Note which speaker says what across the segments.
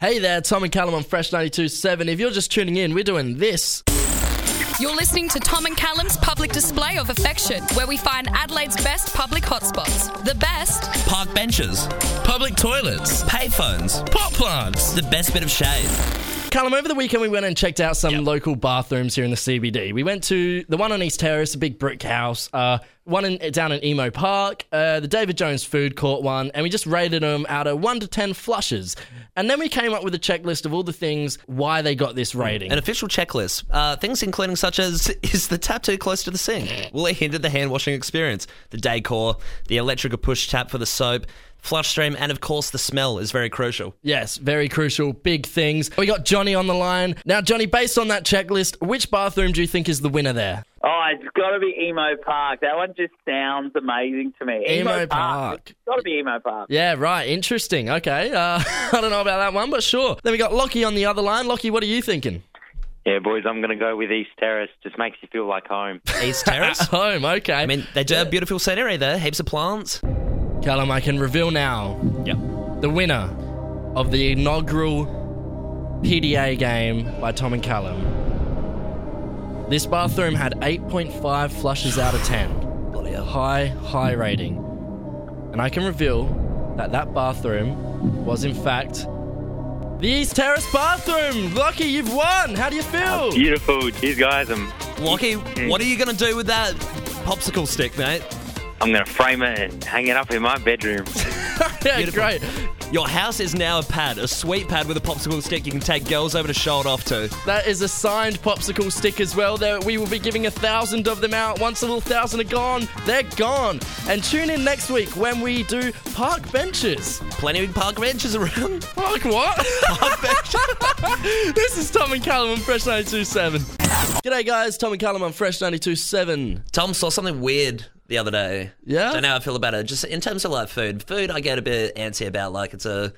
Speaker 1: Hey there, Tom and Callum on Fresh 92.7. If you're just tuning in, we're doing this.
Speaker 2: You're listening to Tom and Callum's public display of affection, where we find Adelaide's best public hotspots. The best,
Speaker 3: park benches, public toilets, payphones, pot plants, the best bit of shade.
Speaker 1: Callum, over the weekend we went and checked out some local bathrooms here in the CBD. We went to the one on East Terrace, a big brick house, uh, one in, down in Emo Park, uh, the David Jones Food Court one, and we just rated them out of 1 to 10 flushes. And then we came up with a checklist of all the things why they got this rating.
Speaker 3: An official checklist. Uh, things including such as is the tap too close to the sink? Will it hinder the hand washing experience? The decor, the electrical push tap for the soap, flush stream, and of course the smell is very crucial.
Speaker 1: Yes, very crucial, big things. We got Johnny on the line. Now, Johnny, based on that checklist, which bathroom do you think is the winner there?
Speaker 4: Oh, it's got to be Emo Park. That one just sounds amazing to me.
Speaker 1: Emo Park.
Speaker 4: It's got to be Emo Park.
Speaker 1: Yeah, right. Interesting. Okay. Uh, I don't know about that one, but sure. Then we got Lockie on the other line. Lockie, what are you thinking?
Speaker 5: Yeah, boys, I'm going to go with East Terrace. Just makes you feel like home.
Speaker 3: East Terrace.
Speaker 1: Home. Okay.
Speaker 3: I mean, they do have beautiful scenery there, heaps of plants.
Speaker 1: Callum, I can reveal now
Speaker 3: Yep.
Speaker 1: the winner of the inaugural PDA game by Tom and Callum. This bathroom had 8.5 flushes out of 10.
Speaker 3: Bloody hell.
Speaker 1: High, high rating. And I can reveal that that bathroom was, in fact, the East Terrace bathroom. Lucky, you've won. How do you feel?
Speaker 5: Beautiful. Cheers, guys. I'm,
Speaker 3: Lockie, what are you going to do with that popsicle stick, mate?
Speaker 5: I'm going to frame it and hang it up in my bedroom.
Speaker 1: yeah,
Speaker 3: Beautiful.
Speaker 1: great.
Speaker 3: Your house is now a pad, a sweet pad with a popsicle stick you can take girls over to show it off to.
Speaker 1: That is a signed popsicle stick as well. There, we will be giving a thousand of them out. Once the little thousand are gone, they're gone. And tune in next week when we do park benches.
Speaker 3: Plenty of park benches around.
Speaker 1: Park what?
Speaker 3: Park benches.
Speaker 1: this is Tom and Callum on Fresh 92.7. G'day guys, Tom and Callum on Fresh 92.7.
Speaker 3: Tom saw something weird the other day.
Speaker 1: Yeah?
Speaker 3: Don't know how I feel about it. Just in terms of like food, food I get a bit antsy about. Like it's a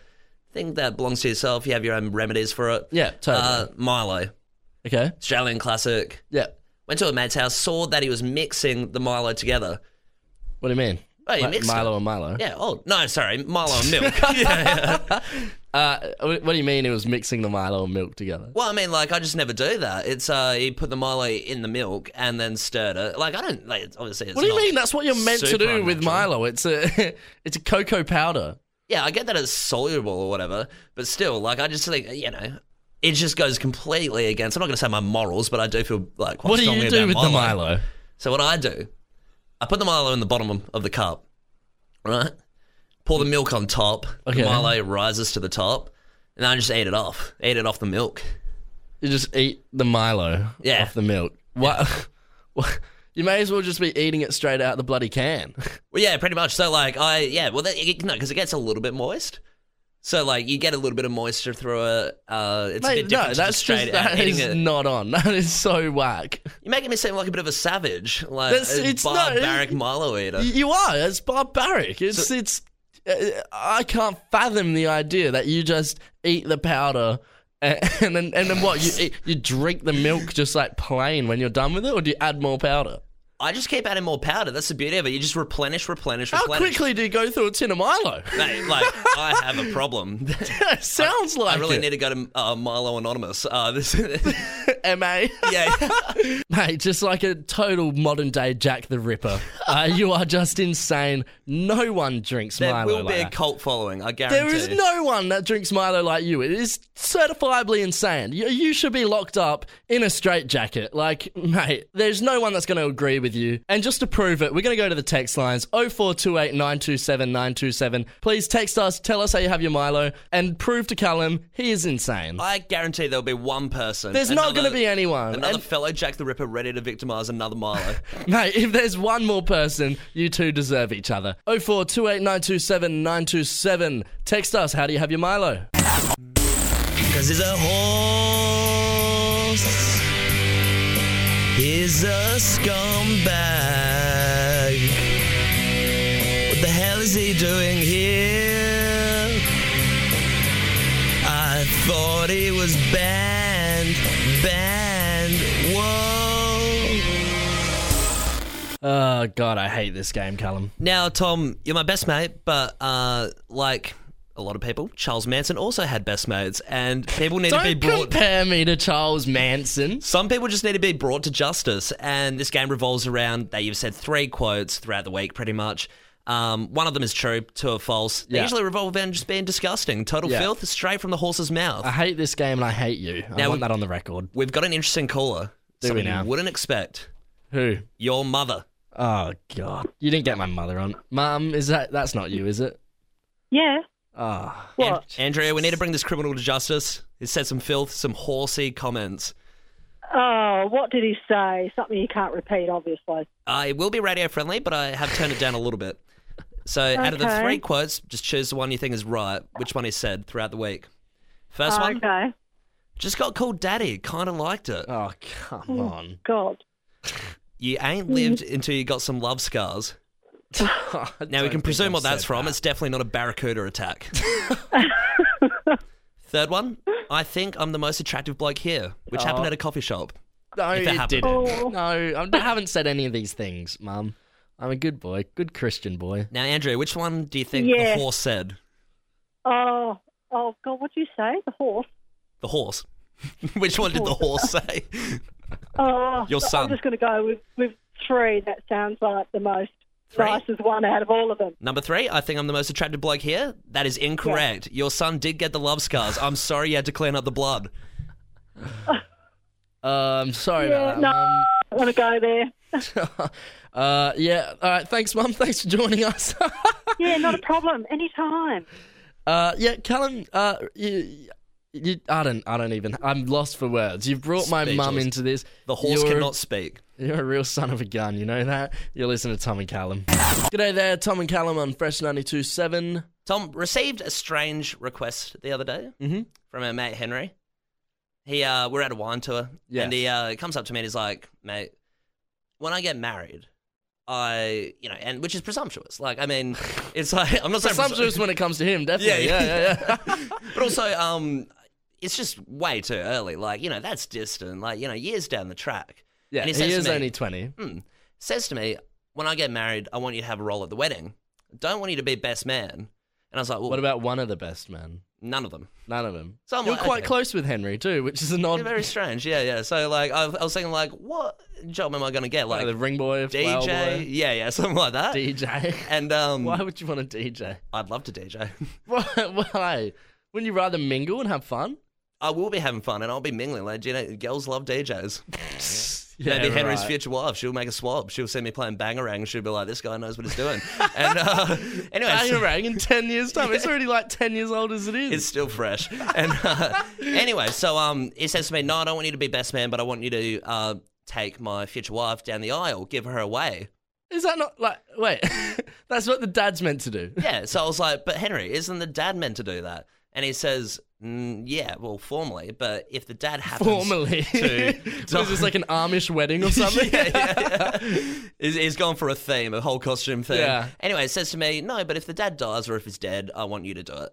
Speaker 3: thing that belongs to yourself. You have your own remedies for it.
Speaker 1: Yeah, totally.
Speaker 3: Uh, Milo,
Speaker 1: Okay.
Speaker 3: Australian classic.
Speaker 1: Yeah.
Speaker 3: Went to a mate's house, saw that he was mixing the Milo together.
Speaker 1: What do you mean?
Speaker 3: Wait, you
Speaker 1: Mi-
Speaker 3: mixed
Speaker 1: Milo
Speaker 3: it.
Speaker 1: and Milo.
Speaker 3: Yeah. Oh no, sorry, Milo and milk. yeah, yeah.
Speaker 1: Uh, what what do you mean it was mixing the Milo and milk together?
Speaker 3: Well, I mean, like I just never do that. It's uh, you put the Milo in the milk and then stirred it. Like I don't like it's- obviously. It's
Speaker 1: What do you
Speaker 3: not-
Speaker 1: mean? That's what you're meant to
Speaker 3: super
Speaker 1: do with
Speaker 3: unnatural.
Speaker 1: Milo. It's a, it's a cocoa powder.
Speaker 3: Yeah, I get that it's soluble or whatever, but still, like I just think you know, it just goes completely against. I'm not going to say my morals, but I do feel like quite
Speaker 1: What do
Speaker 3: strongly
Speaker 1: you do
Speaker 3: about
Speaker 1: with the Milo?
Speaker 3: So what I do, I put the Milo in the bottom of the cup, right? Pour the milk on top.
Speaker 1: Okay.
Speaker 3: The Milo rises to the top, and I just eat it off. Eat it off the milk.
Speaker 1: You just eat the Milo
Speaker 3: Yeah.
Speaker 1: off the milk. What? what- You may as well just be eating it straight out the bloody can.
Speaker 3: Well, yeah, pretty much. So, like, I yeah, well, that, it- no, because it gets a little bit moist. So, like, you get a little bit of moisture through it. Uh, it's a
Speaker 1: Mate,
Speaker 3: bit different
Speaker 1: no,
Speaker 3: to
Speaker 1: that's
Speaker 3: just
Speaker 1: just,
Speaker 3: straight out
Speaker 1: that
Speaker 3: eating
Speaker 1: is
Speaker 3: it.
Speaker 1: not on. That is so whack.
Speaker 3: You're making me seem like a bit of a savage, like
Speaker 1: That's-
Speaker 3: a
Speaker 1: it's not-
Speaker 3: barbaric Milo eater.
Speaker 1: Y- You are. It's barbaric. It's it's. uh, I can't fathom the idea that you just eat the powder. And, and then, and then what? You eat, you drink the milk just like plain when you're done with it, or do you add more powder?
Speaker 3: I just keep adding more powder. That's the beauty of it. You just replenish, replenish,
Speaker 1: How
Speaker 3: replenish.
Speaker 1: quickly do you go through a tin of Milo?
Speaker 3: Mate, like, I have a problem.
Speaker 1: It sounds like
Speaker 3: I really
Speaker 1: it.
Speaker 3: need to go to uh, Milo Anonymous. Uh, this,
Speaker 1: ma.
Speaker 3: yeah.
Speaker 1: Mate, just like a total modern day Jack the Ripper. Uh, you are just insane. No one drinks
Speaker 3: There
Speaker 1: Milo
Speaker 3: will be
Speaker 1: like
Speaker 3: a
Speaker 1: that.
Speaker 3: cult following, I guarantee.
Speaker 1: There is no one that drinks Milo like you. It is certifiably insane. You, you should be locked up in a straitjacket. Like, mate, there's no one that's going to agree with you. And just to prove it, we're going to go to the text lines 0428 927 927. Please text us, tell us how you have your Milo, and prove to Callum he is insane.
Speaker 3: I guarantee there'll be one person.
Speaker 1: There's not going to
Speaker 3: another-
Speaker 1: be anyone.
Speaker 3: Another
Speaker 1: And-
Speaker 3: fellow Jack the Ripper ready to victimise another Milo.
Speaker 1: Mate, if there's one more person, you two deserve each other. 0428927927. Text us, how do you have your Milo?
Speaker 3: Because he's a horse. He's a scumbag. What the hell is he doing here? I thought he was banned. Banned. Whoa.
Speaker 1: Oh, God, I hate this game, Callum.
Speaker 3: Now, Tom, you're my best mate, but uh, like, a lot of people, Charles Manson also had best mates, and people need to be
Speaker 1: Don't
Speaker 3: brought.
Speaker 1: compare me to Charles Manson.
Speaker 3: Some people just need to be brought to justice, and this game revolves around that you've said three quotes throughout the week, pretty much. Um, one of them is true, two are false. They
Speaker 1: Yeah.
Speaker 3: usually revolve around just being disgusting, total
Speaker 1: Yeah. Uh,
Speaker 3: filth, straight from the horse's mouth.
Speaker 1: I hate this game and I hate you. I
Speaker 3: Now
Speaker 1: want
Speaker 3: we-
Speaker 1: that on the record.
Speaker 3: We've got an interesting caller.
Speaker 1: Do we
Speaker 3: someone
Speaker 1: now?
Speaker 3: you wouldn't expect.
Speaker 1: Who?
Speaker 3: Your mother.
Speaker 1: Oh God! You didn't get my mother on. Mum, is that that's not you, is it?
Speaker 6: Yeah.
Speaker 1: Ah,
Speaker 6: What?
Speaker 3: Andrea, we need to bring this criminal to justice. He said some filth, some horsey comments.
Speaker 6: Oh, what did he say? Something you can't repeat, obviously.
Speaker 3: I will be radio friendly, but I have turned it down a little bit. So, out of the
Speaker 6: Okay.
Speaker 3: three quotes, just choose the one you think is right. Which one he said throughout the week?
Speaker 6: Uh,
Speaker 3: First one,
Speaker 6: okay.
Speaker 3: just got called daddy. Kind of liked it.
Speaker 1: oh come on!
Speaker 6: God.
Speaker 3: You ain't lived until you got some love scars. Now we can presume what that's from. It's definitely not a barracuda attack. Third one, I think I'm the most attractive bloke here, which happened
Speaker 1: Oh.
Speaker 3: at a coffee shop.
Speaker 1: No,
Speaker 3: If it
Speaker 1: you
Speaker 3: happened.
Speaker 1: didn't.
Speaker 6: Oh.
Speaker 1: No, I'm- I haven't said any of these things, Mum. I'm a good boy, good Christian boy.
Speaker 3: Now, Andrea, which one do you think
Speaker 6: Yeah.
Speaker 3: the horse said?
Speaker 6: Oh, oh, God, what did you say? The horse?
Speaker 3: The horse. which one did the horse say?
Speaker 6: Oh,
Speaker 3: Your son.
Speaker 6: I'm just going to go with, with three. That sounds like the most
Speaker 3: Three?
Speaker 6: nicest one out of all of them.
Speaker 3: Number three, I think I'm the most attractive bloke here. That is incorrect. Your son did get the love scars. I'm sorry you had to clean up the blood.
Speaker 1: Uh, I'm sorry
Speaker 6: Yeah,
Speaker 1: about
Speaker 6: no,
Speaker 1: that.
Speaker 6: I want to go there.
Speaker 1: Mum. uh, yeah. All right. Thanks, Mum. Thanks for joining us.
Speaker 6: Yeah, not a problem. Anytime.
Speaker 1: Uh, yeah, Callum. Uh, you, you, I don't. I don't even. I'm lost for words. You've brought my mum
Speaker 3: Speechless.
Speaker 1: into this.
Speaker 3: The horse
Speaker 1: You're-
Speaker 3: cannot speak.
Speaker 1: You're a real son of a gun, you know that? You listen to Tom and Callum. G'day there, Tom and Callum on Fresh 92.7.
Speaker 3: Tom received a strange request the other day
Speaker 1: Mhm.
Speaker 3: from our mate Henry. He, uh, we're at a wine tour,
Speaker 1: Yes.
Speaker 3: and he uh, comes up to me and he's like, "Mate, when I get married, I, you know, and which is presumptuous. Like, I mean, it's like I'm not saying presu-
Speaker 1: Presumptuous when it comes to him, definitely.
Speaker 3: Yeah,
Speaker 1: Yeah,
Speaker 3: yeah.
Speaker 1: yeah, yeah.
Speaker 3: but also, um, it's just way too early. Like, you know, that's distant. Like, you know, years down the track.
Speaker 1: Yeah,
Speaker 3: And he
Speaker 1: he,
Speaker 3: says to
Speaker 1: is
Speaker 3: me- "Hmm."
Speaker 1: only 20.
Speaker 3: Says to me, when I get married, I want you to have a role at the wedding. Don't want you to be best man. And I was like, well,
Speaker 1: What about one of the best men?
Speaker 3: none of them?
Speaker 1: None of them.
Speaker 3: So I'm
Speaker 1: You're
Speaker 3: like,
Speaker 1: quite
Speaker 3: okay.
Speaker 1: close with Henry, too, which is an
Speaker 3: Yeah,
Speaker 1: odd...
Speaker 3: very strange. Yeah, yeah. So like, I, I was thinking like, what job am I gonna get? Like
Speaker 1: like, the ring boy, flower
Speaker 3: DJ?
Speaker 1: boy,
Speaker 3: Yeah, yeah, something like that.
Speaker 1: DJ.
Speaker 3: and um,
Speaker 1: Why would you want a DJ?
Speaker 3: I'd love to DJ.
Speaker 1: Why? Wouldn't you rather mingle and have fun?
Speaker 3: I will be having fun and I'll be mingling. Like, you know, girls love DJs.
Speaker 1: Yeah,
Speaker 3: Maybe Henry's
Speaker 1: right.
Speaker 3: future wife. She'll make a swab. She'll see me playing Bangarang. She'll be like, this guy knows what he's doing. and uh, anyway, so-
Speaker 1: Bangarang in 10 years' time. It's already like 10 years old as it is.
Speaker 3: It's still fresh. And uh, anyway, so um, he says to me, "No, I don't want you to be best man, but I want you to uh, take my future wife down the aisle, give her away."
Speaker 1: Is that not like wait? that's what the dad's meant to do.
Speaker 3: Yeah. So I was like, "But Henry, isn't the dad meant to do that?" And he says, mm, "Yeah, well, formally, but if the dad happens
Speaker 1: Formally,
Speaker 3: to,
Speaker 1: was this like an Amish wedding or something?
Speaker 3: yeah, yeah, yeah. He's, he's gone for a theme, a whole costume thing.
Speaker 1: Yeah.
Speaker 3: Anyway, it says to me, no, but if the dad dies or if he's dead, I want you to do it.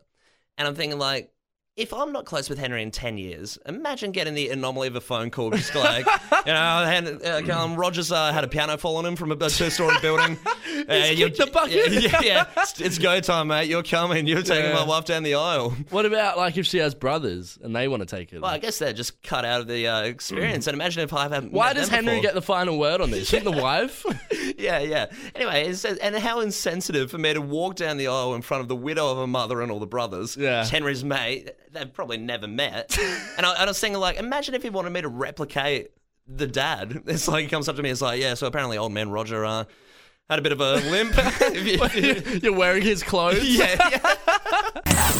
Speaker 3: And I'm thinking, like, if I'm not close with Henry in 10 years, imagine getting the anomaly of a phone call just like, you know, Hen- uh, um, Roger's uh, had a piano fall on him from a two story building. Uh,
Speaker 1: kicked
Speaker 3: you're-
Speaker 1: the bucket.
Speaker 3: Yeah, yeah, yeah. It's, it's go time, mate. You're coming. You're taking
Speaker 1: Yeah.
Speaker 3: my wife down the aisle.
Speaker 1: What about like if she has brothers and they want to take it?
Speaker 3: Well, I guess they're just cut out of the uh, experience. And imagine if I've had.
Speaker 1: Why
Speaker 3: met
Speaker 1: does
Speaker 3: them
Speaker 1: Henry
Speaker 3: before.
Speaker 1: get the final word on this? Shouldn't the wife?
Speaker 3: Yeah, yeah. Anyway, it says, and how insensitive for me to walk down the aisle in front of the widow of a mother and all the brothers.
Speaker 1: Yeah.
Speaker 3: It's Henry's mate. They've probably never met. and, I, and I was thinking, like, imagine if he wanted me to replicate the dad. It's like he comes up to me. It's like, yeah. So apparently, old man Roger uh, had a bit of a limp. If you-
Speaker 1: You're wearing his clothes.
Speaker 3: yeah, yeah.